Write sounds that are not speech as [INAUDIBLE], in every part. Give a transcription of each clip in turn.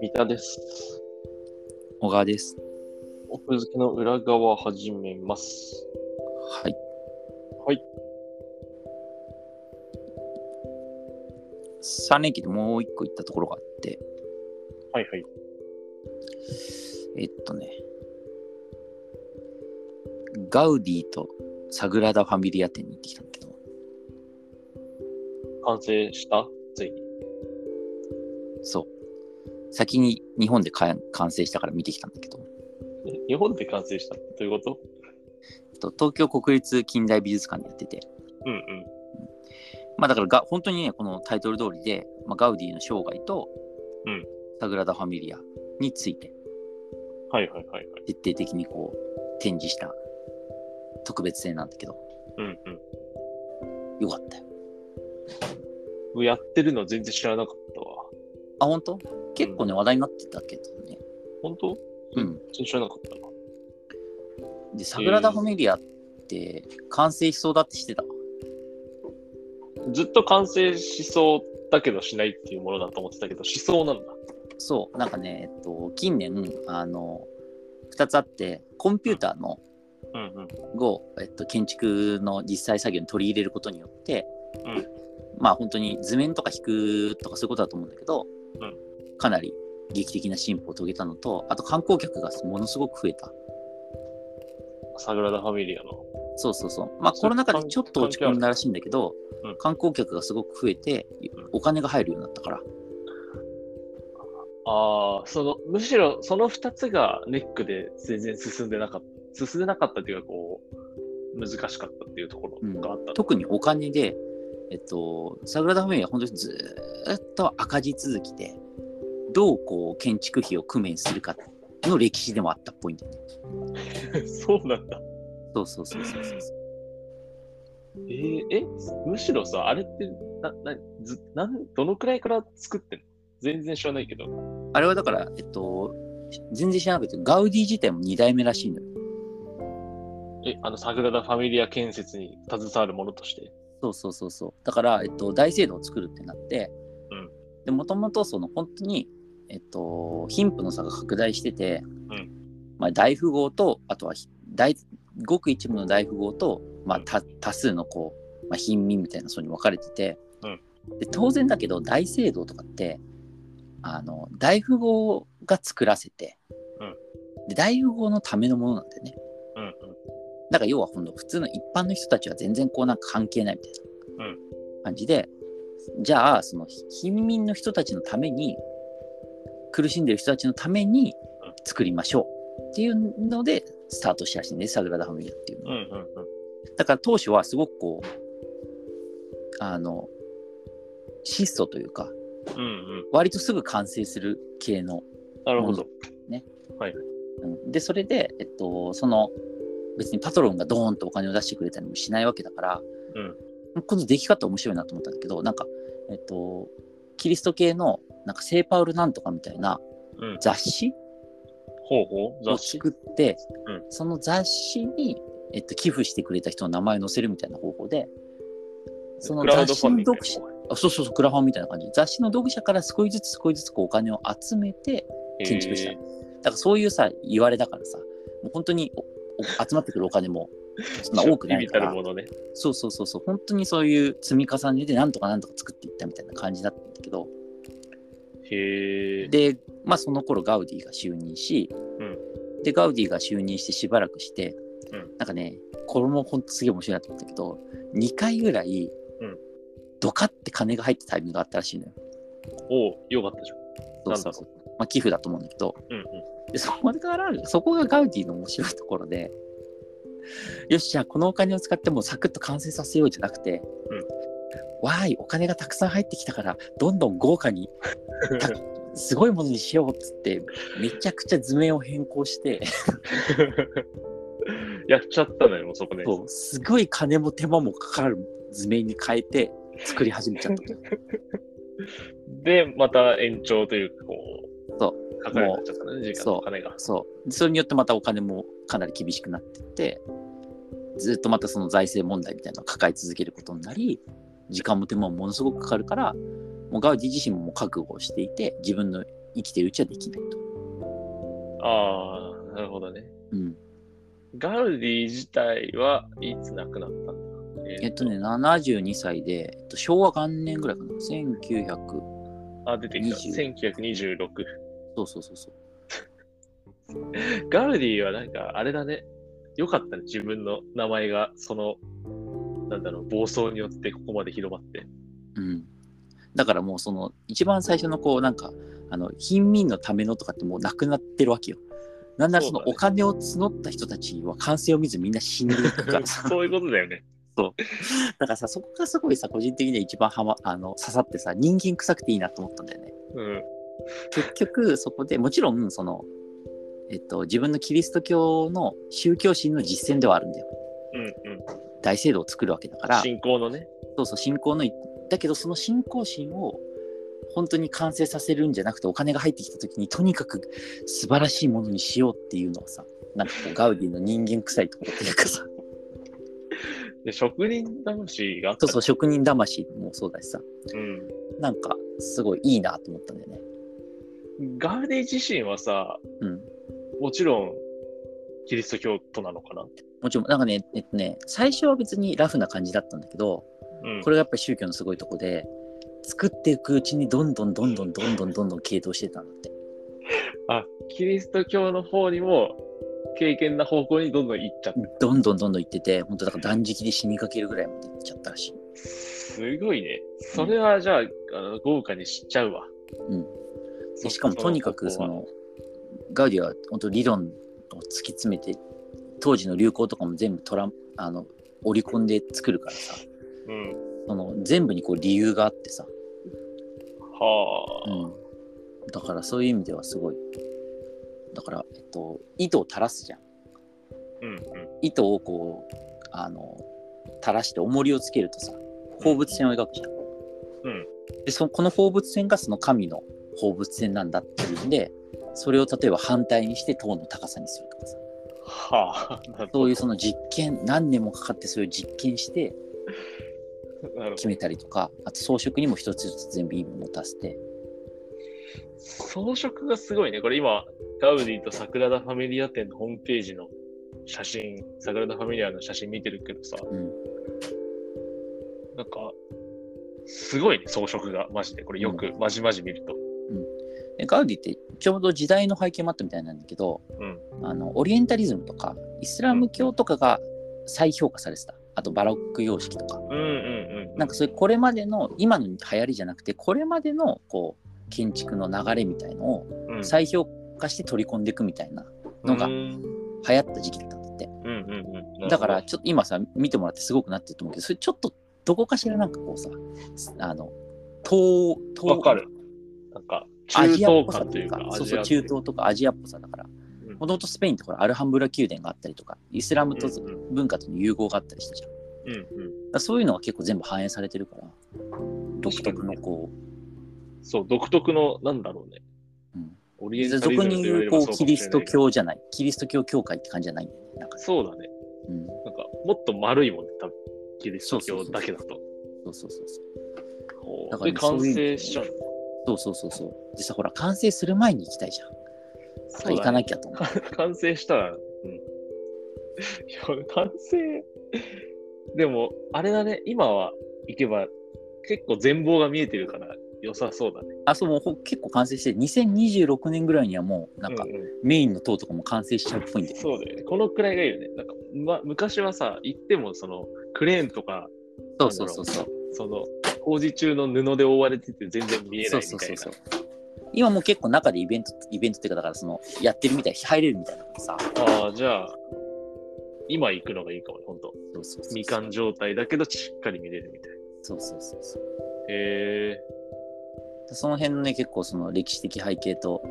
三田です。小川です。奥付けの裏側始めます。はい。はい。 3連休でもう一個行ったところがあって、はいはい。えっとね、ガウディとサグラダ・ファミリア店に行ってきたんだけど、完成したついに。そう。先に日本で完完成したから見てきたんだけど、え日本で完成したということえっと東京国立近代美術館でやってて、うんうん。まあだからが本当にね、このタイトル通りで、まあ、ガウディの生涯と、うんサグラダ・ファミリアについてはいはいはいはい。徹底的にこう展示した特別展なんだけど、うんうんよかったよ。もうやってるの全然知らなかったわ。あ、本当？結構ね、話題になってたけどね。本当うん。全然知らなかったな。で、サグラダ・ファミリアって完成しそうだってしてた。ずっと完成しそうだけどしないっていうものだと思ってたけど、しそうなんだ。そう、なんかね、えっと、近年、あの、2つあって、コンピューターのうんうん。を、えっと、建築の実際作業に取り入れることによって、うんまあ本当に図面とか引くとかそういうことだと思うんだけど、うんかなり劇的な進歩を遂げたのとあと観光客がものすごく増えたサグラダ・ファミリアの。そうそうそう。まあそれコロナ禍でちょっと落ち込んだらしいんだけどうん、観光客がすごく増えてうん、お金が入るようになったから。ああ、その、むしろその2つがネックで全然進んでなかった。進んでなかったっていうか、こう、難しかったっていうとこうろんがあったの。特にお金で、えっと、サグラダ・ファミリアは本当にずーっと赤字続きで、どうこう建築費を工面するかの歴史でもあったっぽいんだよ [LAUGHS] ね。そうなんだ。そうそうそうそうそう。えーえ、むしろさ、あれって、な、な、ず、なん、どのくらいから作ってんの全然知らないけど。あれはだから、えっと、全然知らなくて、ガウディ自体も2代目らしいのよ。え、あの、サグラダ・ファミリア建設に携わるものとして。そうそうそうそう。だから、えっと、大聖堂を作るってなって、うんで、もともとその本当に、えっと、貧富の差が拡大してて、んまあ、大富豪と、あとはひ大、ごく一部の大富豪と、まあ、た多数のこう、まあ、貧民みたいな層に分かれてて、で当然だけど大聖堂とかってあの大富豪が作らせて、うんで大富豪のためのものなんだよね。うんうん。だから要は今度普通の一般の人たちは全然こうなんか関係ないみたいなうん感じで、じゃあその貧民の人たちのために苦しんでる人たちのためにうん作りましょうっていうのでスタートしたらしいんでサグラダ・ファミリアっていうのうは、んうんうん。だから当初はすごくこうあの質素というかうんうん。割とすぐ完成する系のなるほど。うんでそれで、えっと、その別にパトロンがドーンとお金を出してくれたりもしないわけだから、この出来方面白いなと思ったんだけどなんか、えっと、キリスト系のなんか聖パウルなんとかみたいなうん雑誌ほうほうを雑誌作って、うんその雑誌に、えっと、寄付してくれた人の名前を載せるみたいな方法でそのクラウ雑ドフ誌ァンデのィング読者あそうそうそうクラファンみたいな感じ雑誌の読者から少しずつ少しずつこうお金を集めて建築したへだからそういうさ言われだからさもう本当におお集まってくるお金もそんなー多くないかちょっと微々たるらものね。そうそうそうそう本当にそういう積み重ねでなんとかなんとか作っていったみたいな感じだったんだけどへえ。でまあその頃ガウディが就任し、でガウディが就任してしばらくして、うんなんかねこれも本当すげえ面白いなと思ったけど2回ぐらい、うんドカって金が入ったタイミングがあったらしいのよ。おう、よかったじゃん。そうそうそうまあ、寄付だと思うんだけど、うんうん。でそこからそこがガウディの面白いところでよしじゃあこのお金を使ってもうサクッと完成させようじゃなくて、うんわーいお金がたくさん入ってきたからどんどん豪華に [LAUGHS] すごいものにしようっつってめちゃくちゃ図面を変更してやっちゃったのよ、もうそこね。そうすごい金も手間もかかる図面に変えて作り始めちゃったとで、また延長というか、こう、。そうかかるようになっちゃったのね、時間そとう金が。そうそれによってまたお金もかなり厳しくなってってずっとまたその財政問題みたいなのを抱え続けることになり時間も手間もものすごくかかるからもうガウディ自身も覚悟をしていて自分の生きてるうちはできないと。ああ、なるほどね。うん、ガウディ自体はいつ亡くなったんだえっとね72歳で、えっと、昭和元年ぐらいかな1900あ、出てきた。 20 1926。そうそうそうそうガウディはなんか、あれだね。よかったね。自分の名前が、その、なんだろう、暴走によってここまで広まって。うん、だからもうその一番最初のこうなんかあの貧民のためのとかってもうなくなってるわけよ。なんならそのそうだねお金を募った人たちは完成を見ずみんな死んでいくからさそういうことだよね。だからさそこがすごいさ個人的には一番は、ま、あの刺さってさ人間臭くていいなと思ったんだよね。うん。結局そこでもちろんその、えっと、自分のキリスト教の宗教心の実践ではあるんだよ。うんうん。大聖堂を作るわけだから信仰のね。そうそう信仰のいだけどその信仰心を本当に完成させるんじゃなくてお金が入ってきた時にとにかく素晴らしいものにしようっていうのはさなんかこうガウディの人間臭いところっていうかさで職人魂があっそたうそう職人魂もそうだしさうん。なんかすごいいいなと思ったんだよねガウディ自身はさ、うんもちろん、キリスト教徒なのかなもちろんなんかねえっとね最初は別にラフな感じだったんだけどうんこれがやっぱり宗教のすごいとこで作っていくうちにどんどんどんどんどんどんどんどん傾倒してたんだってあ、キリスト教の方にも、経験な方向にどんどん行っちゃった。どんどんどんどん行ってて本当だから断食で死にかけるぐらいまで行っちゃったらしいすごいね。それはじゃあ、あの豪華にしちゃうわ。うんそ。でしかもとにかくそその方法はのガウディは本当理論を突き詰めて当時の流行とかも全部トランあの織り込んで作るからさうん。その全部にこう理由があってさ、はあ。うん、だからそういう意味ではすごいだから、えっと、糸を垂らすじゃんうん。糸をこうあの垂らして重りをつけるとさ放物線を描くじゃん、うんでそこの放物線がその神の放物線なんだっていうんでそれを例えば反対にして塔の高さにするとかさはあ。なるそういうその実験何年もかかってそれを実験してなるほ決めたりとかあと装飾にも一つずつ全部意味を持たせてど。装飾がすごいね。これ今、ガウディと桜田ファミリア店のホームページの写真、桜田ファミリアの写真見てるけどさ、うんなんか、すごいね、装飾が。マジで。これよく、まじまじ見ると。でガウディってちょうど時代の背景もあったみたいなんだけど、うんあのオリエンタリズムとかイスラム教とかが再評価されてたあとバロック様式とかうんうんうん。なんかそういうこれまでの今の流行りじゃなくてこれまでのこう建築の流れみたいのをうん再評価して取り込んでいくみたいなのがう流ん行った時期だったんだってうんうんうん。だからちょっと今さ見てもらってすごくなってると思うけどそれちょっとどこかしらなんかこうさあの東東わかる。なんか、ア中ジアっ東ぽさ感とといいううかか、そうそうアジア中っていう東とかアジアっぽさだからうんもともとスペインってほらアルハンブラ宮殿があったりとかイスラムとうん文化との融合があったりしたじゃんだかうんうん。らそういうのが結構全部反映されてるから独特のこうそう、独特の、なんだろうね。うんオリエンタリズ俗ムにと言われ言れうこばうそうかもしキれないけリスどト。教じゃないキリスト教教会って感じじゃないんだよねなんか、そうだね。うん、なんか、もっと丸いもんね、多分。キリストそう教そうそうだけだと。そうそうそうそうほうだかで、らねそ完ういう意味成でしちゃう。そうそうそうそうでさほら完成する前に行きたいじゃんだから行かねなきゃと思う完成したら、うん。 [LAUGHS] いや、完成。でも、あれだね、今は行けば、結構全貌が見えてるから、良さそうだね。あそうもうほ結構完成して2026年ぐらいにはもうなんかううメインの塔とかも完成しちゃうっぽいんだよね、そうだよね。このくらいがいいよね。なんか、ま、昔はさ、行っても、その、クレーンとか、そうそうそうそうその、工事中の布で覆われてて全然見えないみたいな。そうそうそうそう今もう結構中でイベントイベントっていうかだからそのやってるみたい入れるみたいなからさああ、じゃあ、今行くのがいいかもね、ほんと。そうそうそうそう未完状態だけど、しっかり見れるみたいな。そうそうそうそうへえ。その辺のね結構その歴史的背景と、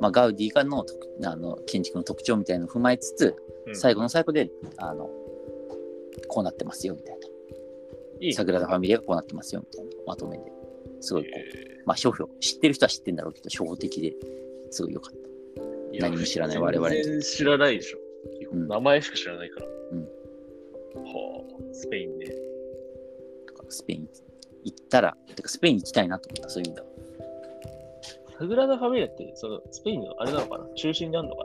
まあ、ガウディがの特あの建築の特徴みたいなのを踏まえつつ、うん最後の最後であのこうなってますよみたいないいね。桜田ファミリアがこうなってますよみたいなまとめですごいこう、えまあ、書評知ってる人は知ってるんだろうけど初歩的ですごい良かった。ー何も知らない我々全然知らないでしょ。基うん本名前しか知らないから。んはあ、スペインね。だからスペイン行ったら、てかスペイン行きたいなと思った、そういう意味では。サグラダ・ファミリアって、その、スペインのあれなのかな中心にあるのか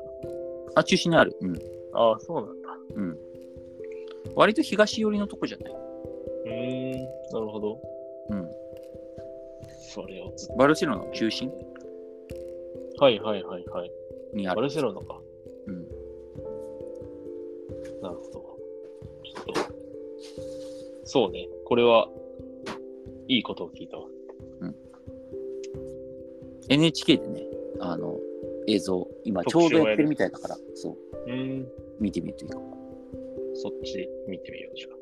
あ、中心にある。うん。なああ、そうなんだ。うん。割と東寄りのとこじゃない。うーん、なるほど。うん。それをずっバルセロナの中心と。はいはいはいはい。にあバる。ルセロナか。うん。なるほど。ちょっと、そうね。これは、いいことを聞いたわ。 NHK でね、あの、映像、今ちょうどやってるみたいだから、そう、うーん、見てみるといいかも。そっち見てみようじゃあ。